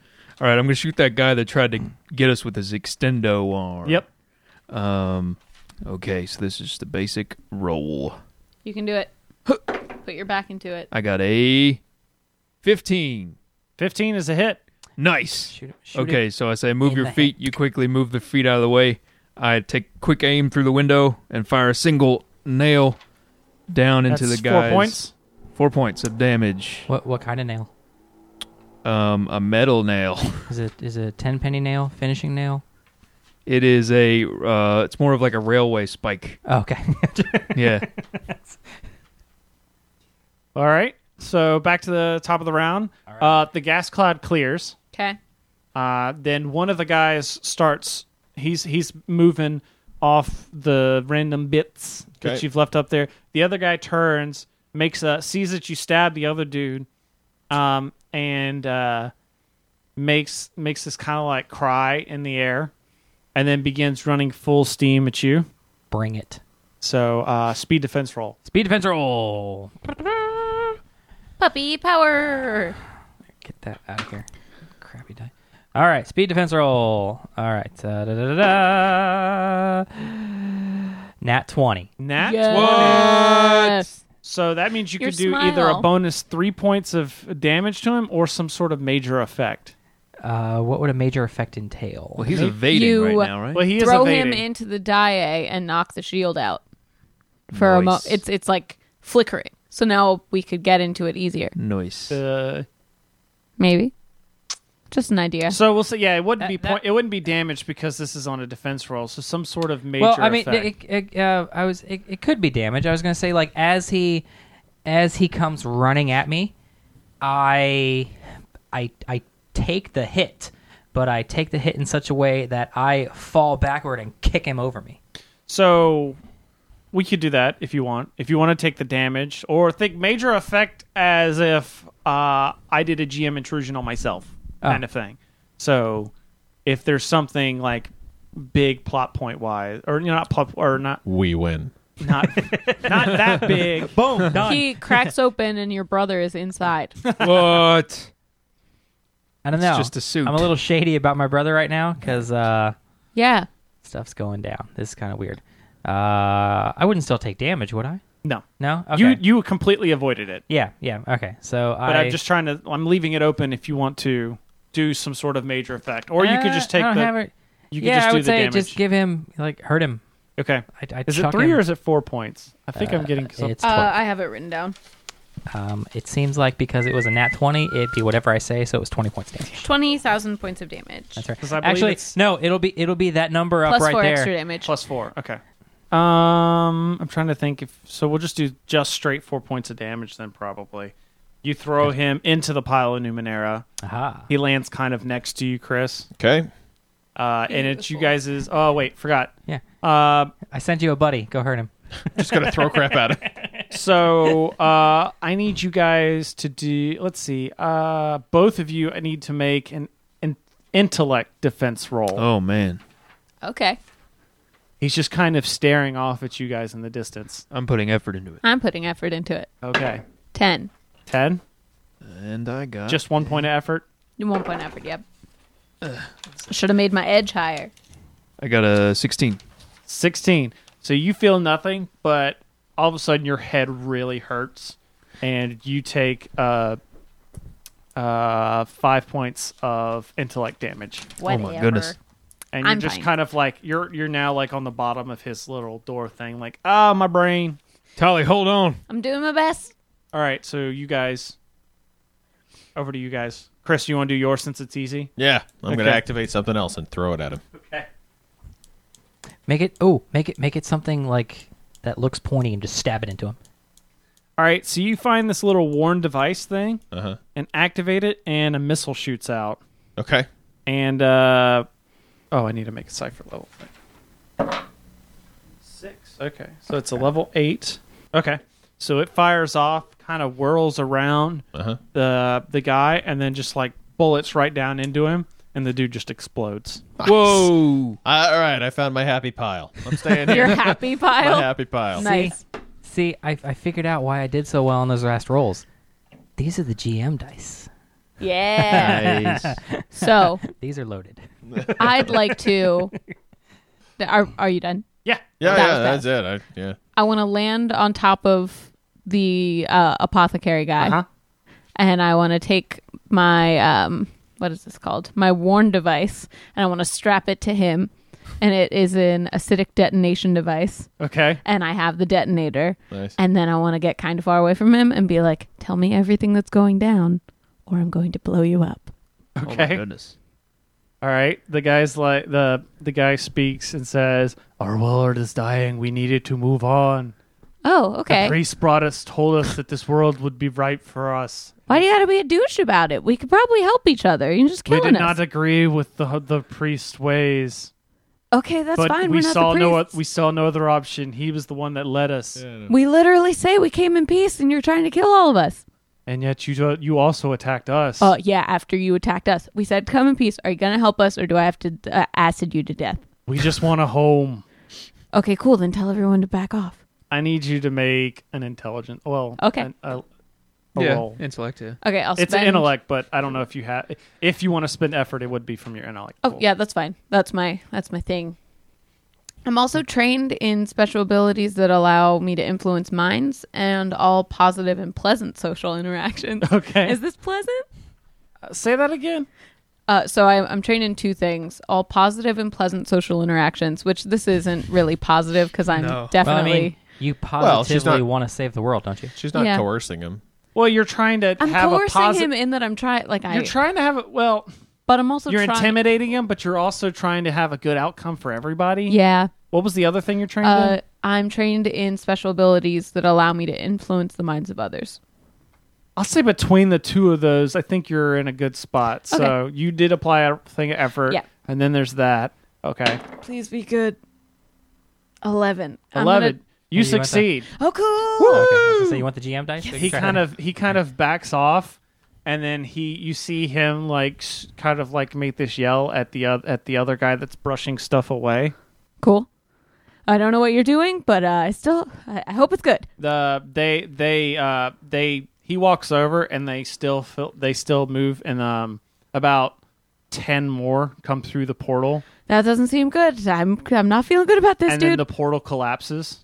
Speaker 7: All right, I'm gonna shoot that guy that tried to get us with his extendo arm.
Speaker 1: Yep.
Speaker 7: Um. Okay, so this is the basic roll.
Speaker 6: You can do it. Put your back into it.
Speaker 7: I got a 15.
Speaker 1: 15 is a hit.
Speaker 7: Nice.
Speaker 4: Shoot, it- shoot it.
Speaker 7: Okay, so I say move
Speaker 4: in
Speaker 7: your
Speaker 4: the
Speaker 7: feet. You quickly move the feet out of the way. I take quick aim through the window and fire a single nail down into
Speaker 1: That's
Speaker 7: the guy's
Speaker 1: Four points.
Speaker 7: Four points of damage.
Speaker 4: What what kind of nail?
Speaker 7: Um, a metal nail.
Speaker 4: Is it is it a ten penny nail? Finishing nail?
Speaker 7: It is a. Uh, it's more of like a railway spike.
Speaker 4: Oh, okay.
Speaker 7: Yeah.
Speaker 1: All right. So back to the top of the round. Uh, the gas cloud clears.
Speaker 6: Okay.
Speaker 1: Uh, then one of the guys starts. He's he's moving off the random bits that
Speaker 2: Okay.
Speaker 1: you've left up there. The other guy turns, makes a sees that you stab the other dude, um, and uh, makes makes this kind of like cry in the air, and then begins running full steam at you.
Speaker 4: Bring it.
Speaker 1: So uh, speed defense roll.
Speaker 4: Speed defense roll.
Speaker 6: Puppy power.
Speaker 4: Get that out of here. Crappy die. All right, speed defense roll. All right. Uh, da, da, da, da. Nat 20.
Speaker 1: Nat.
Speaker 6: Yes.
Speaker 1: So that means you
Speaker 6: Your
Speaker 1: could do either a
Speaker 6: smile.
Speaker 1: bonus three points of damage to him or some sort of major effect.
Speaker 4: Uh, what would a major effect entail?
Speaker 7: Well, he's evading
Speaker 6: You-
Speaker 7: right now, right?
Speaker 1: Well, he is
Speaker 6: Throw
Speaker 1: evading.
Speaker 6: him into the die and knock the shield out for a mo.
Speaker 7: Nice.
Speaker 6: It's it's like flickering. So now we could get into it easier.
Speaker 7: Nice.
Speaker 1: Uh,
Speaker 6: Maybe. Just an idea.
Speaker 1: so we'll say, yeah, it wouldn't be
Speaker 4: That-
Speaker 1: point. It wouldn't be damage because this is on a defense roll. So some sort of major.
Speaker 4: well, I mean,
Speaker 1: effect.
Speaker 4: it, it, uh, I was it, it could be damage. I was gonna say like as he as he comes running at me, I I I take the hit, but I take the hit in such a way that I fall backward and kick him over me.
Speaker 1: so we could do that if you want. If you want to take the damage or think major effect as if uh, I did a GM intrusion on myself,
Speaker 4: Oh.
Speaker 1: kind of thing. So if there's something like big plot point wise, or you know, not plot, or not
Speaker 2: We win.
Speaker 1: not not that big. Boom, done.
Speaker 6: he cracks open and your brother is inside.
Speaker 7: what?
Speaker 4: I don't
Speaker 7: It's
Speaker 4: know.
Speaker 7: just a suit.
Speaker 4: I'm a little shady about my brother right now because uh,
Speaker 6: Yeah.
Speaker 4: stuff's going down. This is kind of weird. Uh, I wouldn't still take damage, would I?
Speaker 1: no,
Speaker 4: No. Okay.
Speaker 1: you you completely avoided it.
Speaker 4: yeah. Yeah. Okay. So
Speaker 1: But
Speaker 4: I
Speaker 1: I, am just trying to. I'm leaving it open if you want to do some sort of major effect, or you could
Speaker 4: Uh,
Speaker 1: just take
Speaker 4: I don't
Speaker 1: the.
Speaker 4: have it.
Speaker 1: You could
Speaker 4: yeah,
Speaker 1: just
Speaker 4: I
Speaker 1: do
Speaker 4: would
Speaker 1: the
Speaker 4: say
Speaker 1: damage.
Speaker 4: just give him like hurt him.
Speaker 1: okay.
Speaker 4: I, I
Speaker 1: Is it
Speaker 4: chuck
Speaker 1: three
Speaker 4: him.
Speaker 1: or is it four points? I think I'm getting. Some,
Speaker 4: It's
Speaker 6: Uh,
Speaker 4: 12.
Speaker 6: I have it written down.
Speaker 4: um, it seems like because it was a nat twenty, it'd be whatever I say. So it was twenty points damage.
Speaker 6: Twenty thousand points of damage.
Speaker 4: That's right.
Speaker 1: 'Cause I believe
Speaker 4: Actually,
Speaker 1: it's-
Speaker 4: no, it'll be it'll be that number up
Speaker 6: Plus
Speaker 4: right
Speaker 6: four
Speaker 4: there.
Speaker 6: extra damage.
Speaker 1: plus four. Okay. Um, I'm trying to think if so. We'll just do just straight four points of damage then. Probably. You throw him into the pile of Numenera.
Speaker 4: Aha.
Speaker 1: He lands kind of next to you, Chris.
Speaker 2: Okay.
Speaker 1: Uh, and it's you
Speaker 6: Beautiful.
Speaker 1: guys is. Oh wait, forgot.
Speaker 4: Yeah,
Speaker 1: Uh,
Speaker 4: I sent you a buddy. Go hurt him.
Speaker 2: Just gonna throw crap at him.
Speaker 1: so uh, I need you guys to do. Let's see. Uh, both of you, I need to make an, an intellect defense roll.
Speaker 7: Oh man,
Speaker 6: Okay.
Speaker 1: He's just kind of staring off at you guys in the distance.
Speaker 7: I'm putting effort into it,
Speaker 6: I'm putting effort into it.
Speaker 1: Okay,
Speaker 6: Ten.
Speaker 1: ten.
Speaker 7: and I got
Speaker 1: Just one point of effort.
Speaker 6: One point effort. Yep. Should have made my edge higher.
Speaker 7: I got a 16.
Speaker 1: Sixteen. So you feel nothing, but all of a sudden your head really hurts, and you take uh, uh, five points of intellect damage.
Speaker 6: Whatever.
Speaker 7: goodness.
Speaker 1: and you're
Speaker 6: I'm
Speaker 1: just
Speaker 6: fine.
Speaker 1: kind of like you're you're now like on the bottom of his little door thing like ah my brain
Speaker 7: Tolly, hold on.
Speaker 6: I'm doing my best.
Speaker 1: all right so you guys over to you guys chris you want to do yours since it's easy
Speaker 2: Yeah. I'm gonna
Speaker 1: Okay.
Speaker 2: activate something else and throw it at him.
Speaker 4: Make it. Oh, make it. Make it something like that looks pointy and just stab it into him.
Speaker 1: all right so you find this little warn device thing
Speaker 2: Uh huh.
Speaker 1: and activate it and a missile shoots out
Speaker 2: Okay.
Speaker 1: and uh oh i need to make a cipher level thing. six okay so it's a level eight okay so it fires off kind of whirls around
Speaker 2: Uh huh.
Speaker 1: the the guy and then just like bullets right down into him and the dude just explodes.
Speaker 2: all
Speaker 7: Whoa.
Speaker 2: right. I found my happy pile. I'm staying here.
Speaker 6: Your happy
Speaker 2: my
Speaker 6: pile.
Speaker 2: happy pile.
Speaker 6: Nice.
Speaker 4: See, I, I figured out why I did so well on those last rolls. These are the GM dice.
Speaker 6: Yeah.
Speaker 7: Nice.
Speaker 6: so
Speaker 4: These are loaded.
Speaker 6: I'd like to. Are Are you done?
Speaker 1: Yeah.
Speaker 2: Yeah,
Speaker 6: That
Speaker 2: yeah,
Speaker 6: was
Speaker 2: that's it. I, yeah.
Speaker 6: I want to land on top of the uh, apothecary guy,
Speaker 4: Uh-huh.
Speaker 6: and I want to take my um, what is this called? My warn device, and I want to strap it to him, and it is an acidic detonation device,
Speaker 1: Okay.
Speaker 6: and I have the detonator,
Speaker 2: Nice.
Speaker 6: and then I want to get kind of far away from him and be like, "Tell me everything that's going down, or I'm going to blow you up."
Speaker 7: Oh my
Speaker 1: Okay.
Speaker 7: goodness.
Speaker 1: All right. The guy's like the the guy speaks and says, "Our world is dying. We needed to move on.
Speaker 6: Oh,
Speaker 1: The
Speaker 6: okay.
Speaker 1: priest brought us, told us that this world would be right for us.
Speaker 6: Why do you got to be a douche about it? We could probably help each other. You're just
Speaker 1: We
Speaker 6: killing
Speaker 1: did
Speaker 6: us.
Speaker 1: not agree with the the priest's ways,
Speaker 6: okay, that's
Speaker 1: but
Speaker 6: fine.
Speaker 1: we
Speaker 6: We're not
Speaker 1: saw
Speaker 6: the
Speaker 1: no
Speaker 6: priests.
Speaker 1: oth- we saw no other option. He was the one that led us,
Speaker 6: We literally say we came in peace, and you're trying to kill all of us.
Speaker 1: and yet you do- you also attacked us.
Speaker 6: Oh yeah, after you attacked us, we said, "Come in peace. Are you gonna help us, or do I have to uh, acid you to death?"
Speaker 1: we just want a home.
Speaker 6: Okay, cool. Then tell everyone to back off.
Speaker 1: I need you to make an intelligent. Well,
Speaker 6: Okay.
Speaker 1: an- a, a
Speaker 7: Yeah,
Speaker 1: roll.
Speaker 7: Oh, intellect. Yeah.
Speaker 6: Okay, I'll.
Speaker 1: It's an
Speaker 6: spend-
Speaker 1: intellect, but I don't know if you have. If you want to spend effort, it would be from your intellect.
Speaker 6: Oh
Speaker 1: pool.
Speaker 6: yeah, that's fine. That's my that's my thing. I'm also trained in special abilities that allow me to influence minds and all positive and pleasant social interactions.
Speaker 1: Okay.
Speaker 6: Is this pleasant?
Speaker 1: Say that again.
Speaker 6: Uh, so I, I'm trained in two things: all positive and pleasant social interactions, which this isn't really positive because I'm
Speaker 7: No.
Speaker 4: Well, I
Speaker 6: definitely.
Speaker 4: mean, you
Speaker 2: Well, she's
Speaker 4: positively
Speaker 2: not-
Speaker 4: want to save the world, don't you?
Speaker 2: She's not
Speaker 6: Yeah.
Speaker 2: coercing him.
Speaker 1: Well, you're trying to
Speaker 6: I'm
Speaker 1: have a
Speaker 6: coercing
Speaker 1: positive.
Speaker 6: him in that I'm trying, like I,
Speaker 1: You're trying to have a well.
Speaker 6: but I'm also
Speaker 1: you're
Speaker 6: trying-
Speaker 1: intimidating him, but you're also trying to have a good outcome for everybody.
Speaker 6: Yeah,
Speaker 1: What was the other thing you're trained
Speaker 6: uh, I'm trained in special abilities that allow me to influence the minds of others.
Speaker 1: I'll say between the two of those, I think you're in a good spot. So you did apply a thing of effort.
Speaker 6: Yeah.
Speaker 1: And then there's that. Okay.
Speaker 6: Please be good. 11 I'm gonna-
Speaker 1: 11 You
Speaker 4: you want that?
Speaker 1: succeed.
Speaker 6: oh, cool.
Speaker 4: Okay. So you want the GM dice?
Speaker 1: he kind of he kind of backs off and then he you see him like s- kind of like make this yell at the oth- at the other guy that's brushing stuff away
Speaker 6: Cool. I don't know what you're doing, but uh, I still, I, I hope it's good.
Speaker 1: the they they uh they he walks over and they still fil- they still move and um about 10 more come through the portal
Speaker 6: That doesn't seem good. I'm, I'm not feeling good about this,
Speaker 1: and then
Speaker 6: dude.
Speaker 1: the portal collapses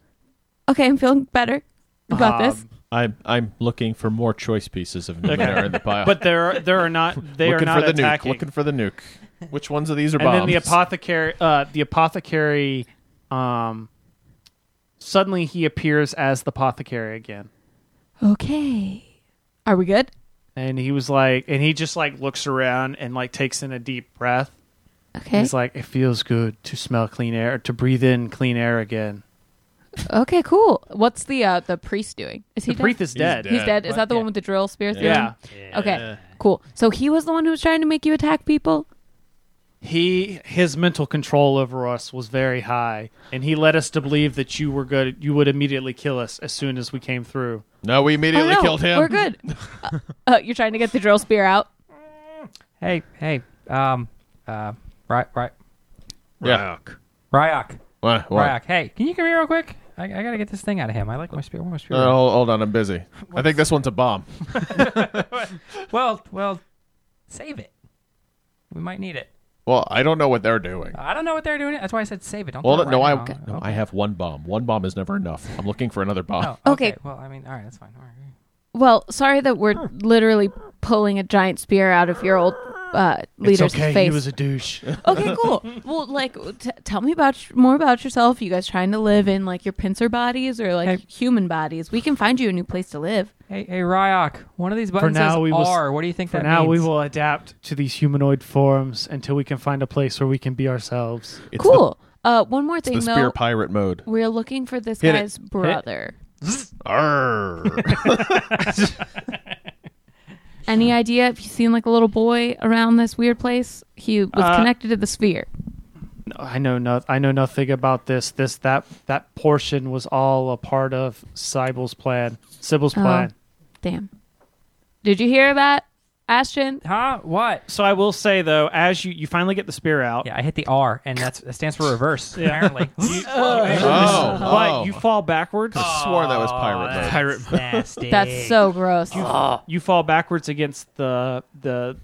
Speaker 6: okay, I'm feeling better about this.
Speaker 1: Um,
Speaker 2: I'm I'm looking for more choice pieces of nuke
Speaker 1: Okay.
Speaker 2: that are in the pile.
Speaker 1: but there are- there are not they
Speaker 2: Uh, looking
Speaker 1: are not
Speaker 2: for the
Speaker 1: attacking
Speaker 2: nuke. Looking for the nuke. Which ones of these are
Speaker 1: and
Speaker 2: bombs?
Speaker 1: then the apothecary uh the apothecary um suddenly he appears as the apothecary again
Speaker 6: Okay. Are we good?
Speaker 1: and he was like and he just like looks around and like takes in a deep breath
Speaker 6: Okay.
Speaker 1: he's like it feels good to smell clean air to breathe in clean air again
Speaker 6: okay, cool. What's the uh, the priest doing? Is he
Speaker 1: the priest
Speaker 6: dead?
Speaker 1: is dead,
Speaker 6: He's dead. Is that the
Speaker 4: Yeah.
Speaker 6: one with the drill spear through
Speaker 1: yeah
Speaker 6: him? Okay, cool. So he was the one who was trying to make you attack people?
Speaker 1: he his mental control over us was very high and he led us to believe that you were good you would immediately kill us as soon as we came through
Speaker 2: no, we
Speaker 6: Oh,
Speaker 2: immediately
Speaker 6: no,
Speaker 2: killed him.
Speaker 6: We're good. Uh, uh, you're trying to get the drill spear out?
Speaker 4: Hey, hey, um, uh, right, right,
Speaker 2: Yeah.
Speaker 4: Ryok,
Speaker 2: Why? Why?
Speaker 4: Ryok. Hey, can you come here real quick? I, I gotta get this thing out of him. I like my spear. I want my spear.
Speaker 2: Uh, hold, hold on, I'm busy. I think this one's a bomb.
Speaker 4: Well, well, save it. We might need it.
Speaker 2: Well, I don't know what they're doing.
Speaker 4: I don't know what they're doing. That's why I said save it. Don't.
Speaker 2: Well,
Speaker 4: do it
Speaker 2: no,
Speaker 4: right
Speaker 2: I
Speaker 4: now.
Speaker 2: no,
Speaker 4: Okay.
Speaker 2: I have one bomb. One bomb is never enough. I'm looking for another bomb.
Speaker 4: Oh, okay.
Speaker 6: Okay.
Speaker 4: Well, I mean, all right, that's fine. All right.
Speaker 6: Well, sorry that we're literally pulling a giant spear out of your old uh, leader's
Speaker 1: it's okay
Speaker 6: face.
Speaker 1: he was a douche
Speaker 6: okay, cool. Well, like, t- tell me about more about yourself. You guys trying to live in like your pincer bodies or like
Speaker 4: Hey.
Speaker 6: human bodies? We can find you a new place to live.
Speaker 4: Hey, hey, Ryok. One of these buttons
Speaker 1: now
Speaker 4: says
Speaker 1: we will-
Speaker 4: R. What do you think
Speaker 1: For
Speaker 4: that
Speaker 1: now,
Speaker 4: means?
Speaker 1: we will adapt to these humanoid forms until we can find a place where we can be ourselves.
Speaker 2: It's
Speaker 6: cool. uh, one more
Speaker 2: The,
Speaker 6: thing
Speaker 2: the spear
Speaker 6: though.
Speaker 2: pirate mode.
Speaker 6: We're looking for this
Speaker 2: Hit it.
Speaker 6: guy's brother.
Speaker 2: Arr.
Speaker 6: Any idea if you seen like a little boy around this weird place? He was
Speaker 1: Uh,
Speaker 6: connected to the sphere.
Speaker 1: No, I know no, I know nothing about this. This that that portion was all a part of Sybil's plan. Sybil's
Speaker 4: Uh-huh.
Speaker 1: plan.
Speaker 6: Damn. Did you hear that, Ashton?
Speaker 4: Huh? What?
Speaker 1: So I will say though, as you you finally get the spear out,
Speaker 4: Yeah, I hit the R, and that's that stands for reverse. Apparently.
Speaker 2: oh,
Speaker 1: but
Speaker 2: oh.
Speaker 1: you Oh, fall backwards.
Speaker 2: swore that was pirate mode.
Speaker 4: That's nasty.
Speaker 6: That's so gross.
Speaker 1: You fall backwards against the the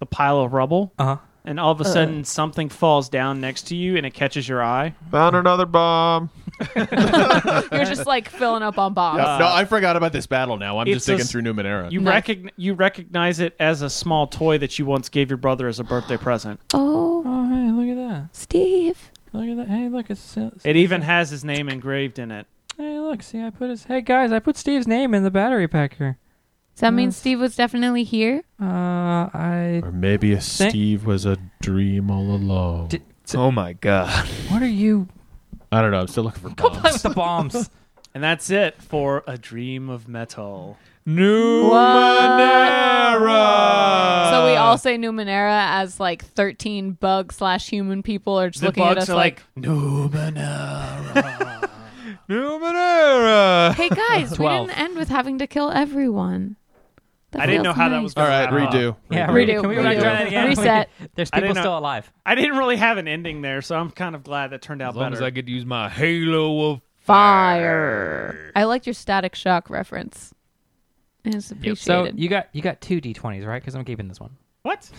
Speaker 1: the pile of rubble,
Speaker 4: Uh huh.
Speaker 1: and all of a sudden something falls down next to you and it catches your eye.
Speaker 2: Found another bomb.
Speaker 6: You're just like filling up on bombs.
Speaker 2: no, I forgot about this battle now. I'm
Speaker 1: it's
Speaker 2: just digging
Speaker 1: a s-
Speaker 2: through Numenera.
Speaker 1: You
Speaker 6: Nice.
Speaker 1: recogn- you recognize it as a small toy that you once gave your brother as a birthday present.
Speaker 6: Oh,
Speaker 4: Oh, hey, look at that.
Speaker 6: Steve.
Speaker 4: Look at that. Hey, look, it's.
Speaker 1: It even has his name engraved in it.
Speaker 4: Hey, look, see, I put his. Hey, guys, I put Steve's name in the battery pack here.
Speaker 6: Does that mean
Speaker 2: Mm.
Speaker 4: Yes.
Speaker 6: Steve was definitely here?
Speaker 4: Uh, I.
Speaker 2: or maybe a
Speaker 4: Thank-
Speaker 2: Steve was a dream all along.
Speaker 4: Did-
Speaker 7: Oh my god.
Speaker 4: What are you.
Speaker 2: I don't know. I'm still looking for
Speaker 4: Go play
Speaker 2: bombs.
Speaker 4: with the bombs.
Speaker 1: And that's it for A Dream of Metal.
Speaker 2: Numenera.
Speaker 6: so we all say Numenera as like 13 bug slash human people are just
Speaker 1: The
Speaker 6: looking at
Speaker 1: bugs
Speaker 6: us
Speaker 1: are
Speaker 6: like,
Speaker 1: like, Numenera.
Speaker 7: Numenera.
Speaker 6: hey guys, we
Speaker 4: 12.
Speaker 6: didn't end with having to kill everyone. That
Speaker 1: I didn't know
Speaker 6: feels
Speaker 1: how that
Speaker 6: nice.
Speaker 1: was
Speaker 2: all
Speaker 1: going
Speaker 2: right,
Speaker 1: to
Speaker 2: redo.
Speaker 4: yeah,
Speaker 6: Redo,
Speaker 4: Can we
Speaker 6: redo.
Speaker 4: try that again?
Speaker 6: Reset.
Speaker 4: There's
Speaker 1: I didn't
Speaker 4: people
Speaker 1: know-
Speaker 4: still alive.
Speaker 1: I didn't really have an ending there, so I'm kind of glad that turned out
Speaker 7: As long as
Speaker 1: better.
Speaker 7: I could use my halo of
Speaker 6: Fire. I liked your static shock reference. It was
Speaker 4: So
Speaker 6: appreciated.
Speaker 4: you got you got two d20s, right? Because I'm keeping this one.
Speaker 1: what?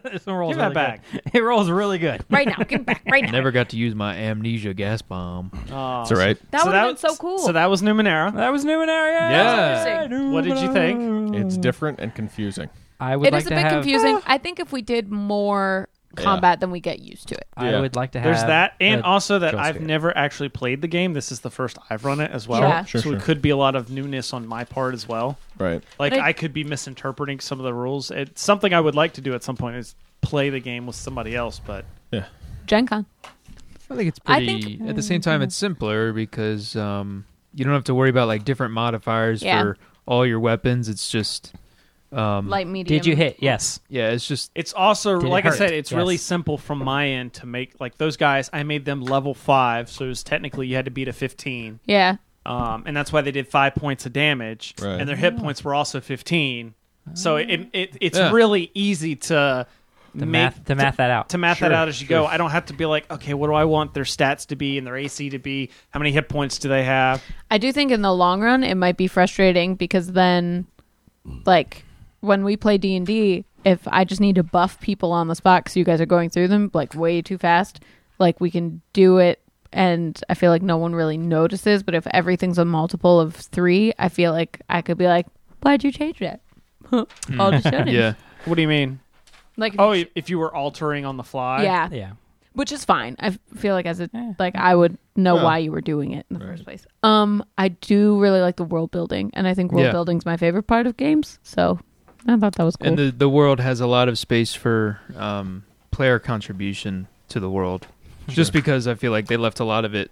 Speaker 4: This one rolls
Speaker 1: Give that
Speaker 4: really
Speaker 1: back.
Speaker 4: good. It rolls really good.
Speaker 6: right now, get back right now.
Speaker 7: Never got to use my amnesia gas bomb.
Speaker 1: Oh,
Speaker 2: That's all right.
Speaker 6: That would have been
Speaker 1: was-
Speaker 6: so cool.
Speaker 1: So that was Numenera.
Speaker 4: That was Numenera.
Speaker 7: Yeah.
Speaker 1: What did you think?
Speaker 2: It's different and confusing.
Speaker 4: I would
Speaker 6: It
Speaker 4: like
Speaker 6: is a
Speaker 4: to
Speaker 6: bit
Speaker 4: have,
Speaker 6: confusing.
Speaker 4: Ah.
Speaker 6: I think if we did more combat, then we get used to it.
Speaker 4: I
Speaker 2: Yeah.
Speaker 4: would like to have.
Speaker 1: There's that, and
Speaker 4: the
Speaker 1: also that
Speaker 4: drill
Speaker 1: I've
Speaker 4: stick.
Speaker 1: never actually played the game. This is the first I've run it as well,
Speaker 6: Yeah.
Speaker 2: Sure,
Speaker 1: so
Speaker 2: sure.
Speaker 1: it could be a lot of newness on my part as well.
Speaker 2: Right.
Speaker 1: Like
Speaker 6: But I-
Speaker 1: I, could be misinterpreting some of the rules. It's something I would like to do at some point is play the game with somebody else, but
Speaker 6: Gen Con.
Speaker 7: I think it's
Speaker 6: I
Speaker 7: pretty.
Speaker 6: think-
Speaker 7: at the same time, it's simpler because um, you don't have to worry about like different modifiers
Speaker 6: Yeah.
Speaker 7: for all your weapons. It's just, um,
Speaker 6: Light medium.
Speaker 4: Did you hit? Yes.
Speaker 7: yeah, it's just
Speaker 1: It's also
Speaker 4: Did it
Speaker 1: like I
Speaker 4: hurt?
Speaker 1: said, it's really
Speaker 4: Yes.
Speaker 1: simple from my end to make like those guys. I made them level five, so it was technically you had to beat a fifteen,
Speaker 6: Yeah.
Speaker 1: um, and that's why they did five points of damage,
Speaker 2: Right.
Speaker 1: and their hit points were also fifteen. So it, it, it it's
Speaker 7: Yeah.
Speaker 1: really easy to
Speaker 4: To
Speaker 1: make
Speaker 4: math to math that out.
Speaker 1: to math that
Speaker 7: Sure,
Speaker 1: out as you go. I don't have to be like, okay, what do I want their stats to be and their AC to be? How many hit points do they have?
Speaker 6: I do think in the long run it might be frustrating because then like when we play D&D if I just need to buff people on the spot cuz you guys are going through them like way too fast like we can do it and I feel like no one really notices but if everything's a multiple of 3 I feel like I could be like why'd you change that? I'll just shut it.
Speaker 7: yeah.
Speaker 1: What do you mean?
Speaker 6: Like
Speaker 1: Oh, i- if you were altering on the fly,
Speaker 6: yeah,
Speaker 4: Yeah.
Speaker 6: which is fine. I f- feel like as a
Speaker 4: Yeah.
Speaker 6: like I would know
Speaker 2: Yeah.
Speaker 6: why you were doing it in the first place. Um, I do really like the world building, and I think world
Speaker 7: Yeah.
Speaker 6: building's my favorite part of games. So I thought that was cool.
Speaker 7: And the the world has a lot of space for um, player contribution to the world, just because I feel like they left a lot of it.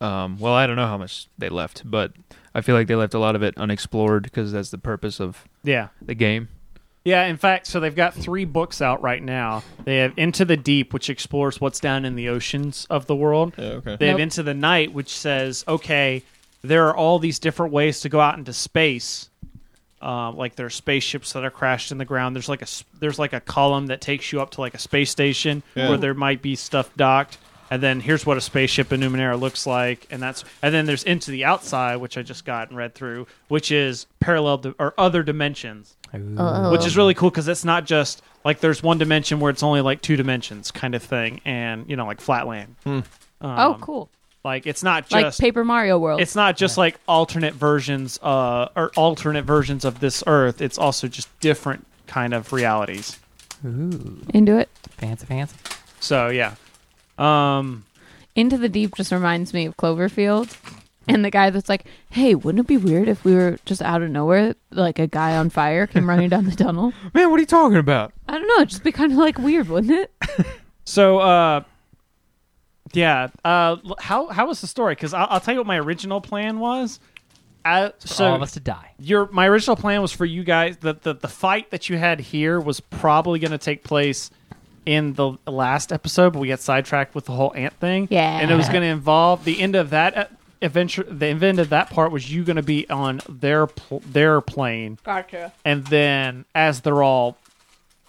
Speaker 7: Um, well, I don't know how much they left, but I feel like they left a lot of it unexplored because that's the purpose of
Speaker 1: yeah.
Speaker 7: the game.
Speaker 1: Yeah, in fact, so they've got three books out right now. They have Into the Deep, which explores what's down in the oceans of the world.
Speaker 2: Yeah, okay.
Speaker 1: They have
Speaker 6: Nope.
Speaker 1: Into the Night, which says, okay, there are all these different ways to go out into space. Uh, like there's spaceships that are crashed in the ground. There's like a s- there's like a column that takes you up to like a space station
Speaker 2: Yeah.
Speaker 1: where there might be stuff docked. And then here's what a spaceship in Numenera looks like, and that's and then there's Into the Outside, which I just got and read through, which is parallel di- or other dimensions
Speaker 6: uh,
Speaker 1: which
Speaker 4: Um,
Speaker 1: is really cool because it's not just like there's one dimension where it's only like two dimensions kind of thing, and you know like Flatland.
Speaker 4: Hmm.
Speaker 1: Um,
Speaker 6: oh, cool!
Speaker 1: Like it's not
Speaker 6: Like
Speaker 1: just
Speaker 6: Paper Mario World.
Speaker 1: it's not just like alternate versions uh or alternate versions of this Earth. It's also just different kind of realities.
Speaker 4: Ooh,
Speaker 6: Into it.
Speaker 4: fancy, fancy.
Speaker 1: So yeah, um,
Speaker 6: Into the Deep just reminds me of Cloverfield. And the guy that's like, "Hey, wouldn't it be weird if we were just out of nowhere, like a guy on fire came running down the tunnel?
Speaker 7: Man, what are you talking about?
Speaker 6: I don't know, it'd just be kind of like weird, wouldn't it?
Speaker 1: so uh. Yeah. Uh, l- how how was the story? Because I'll, I'll tell you what my original plan was. I, so
Speaker 4: All of us to die.
Speaker 1: your my original plan was for you guys the the, the fight that you had here was probably going to take place in the last episode but we got sidetracked with the whole ant thing
Speaker 6: Yeah.
Speaker 1: and it was going to involve the end of that uh, adventure the end of that part was you going to be on their pl- their plane
Speaker 6: Gotcha.
Speaker 1: and then as they're all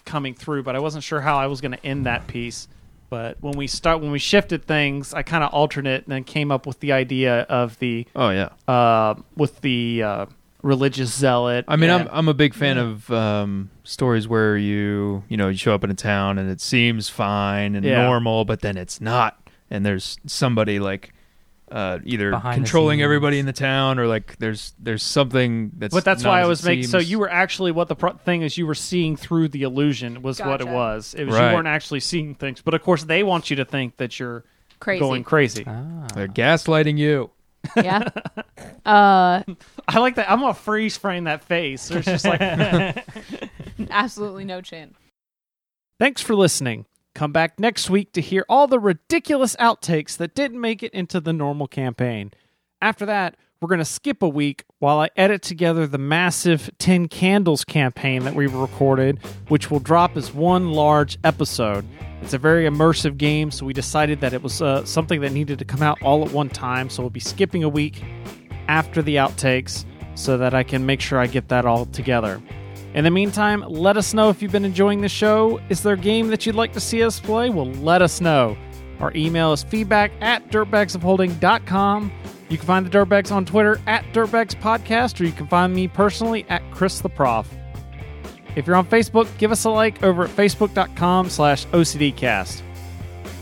Speaker 1: coming through but i wasn't sure how i was going to end that piece but when we start when we shifted things i kind of alternate and then came up with the idea of the
Speaker 7: Oh yeah,
Speaker 1: uh, with the uh, religious zealot.
Speaker 7: I mean,
Speaker 1: Yeah.
Speaker 7: I'm I'm a big fan of um, stories where you you know you show up in a town and it seems fine and
Speaker 1: Yeah.
Speaker 7: normal, but then it's not, and there's somebody like uh, either
Speaker 4: Behind the
Speaker 7: controlling
Speaker 4: scenes.
Speaker 7: everybody in the town or like there's there's something that's.
Speaker 1: But that's
Speaker 7: not
Speaker 1: why
Speaker 7: as
Speaker 1: I
Speaker 7: it
Speaker 1: was making. So
Speaker 7: seems.
Speaker 1: you were actually what the pro- thing is. You were seeing through the illusion was what it
Speaker 6: Gotcha.
Speaker 1: was. It was
Speaker 7: Right.
Speaker 1: you weren't actually seeing things. But of course, they want you to think that you're
Speaker 6: Crazy.
Speaker 1: going crazy.
Speaker 7: they're gaslighting you.
Speaker 6: yeah. Uh,
Speaker 1: I like that. I'm gonna freeze frame that face. There's just like
Speaker 6: absolutely no chance.
Speaker 1: Thanks for listening. Come back next week to hear all the ridiculous outtakes that didn't make it into the normal campaign. After that, we're going to skip a week while I edit together the massive Tin Candles campaign that we recorded, which will drop as one large episode. It's a very immersive game, so we decided that it was uh, something that needed to come out all at one time, so we'll be skipping a week after the outtakes so that I can make sure I get that all together. In the meantime, let us know if you've been enjoying the show. Is there a game that you'd like to see us play? Well, let us know. Our email is feedback at dirtbagsofholding.com. You can find the Dirtbags on Twitter at Dirtbags Podcast, or you can find me personally at Chris the Prof. If you're on Facebook, give us a like over at facebook.com slash OCDcast.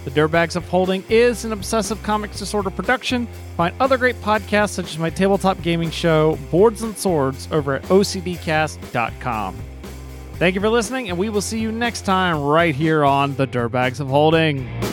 Speaker 1: The Dirtbags of Holding is an obsessive comics disorder production. Find other great podcasts such as my tabletop gaming show, Boards and Swords, over at OCDcast.com. Thank you for listening, and we will see you next time right here on The Dirtbags of Holding.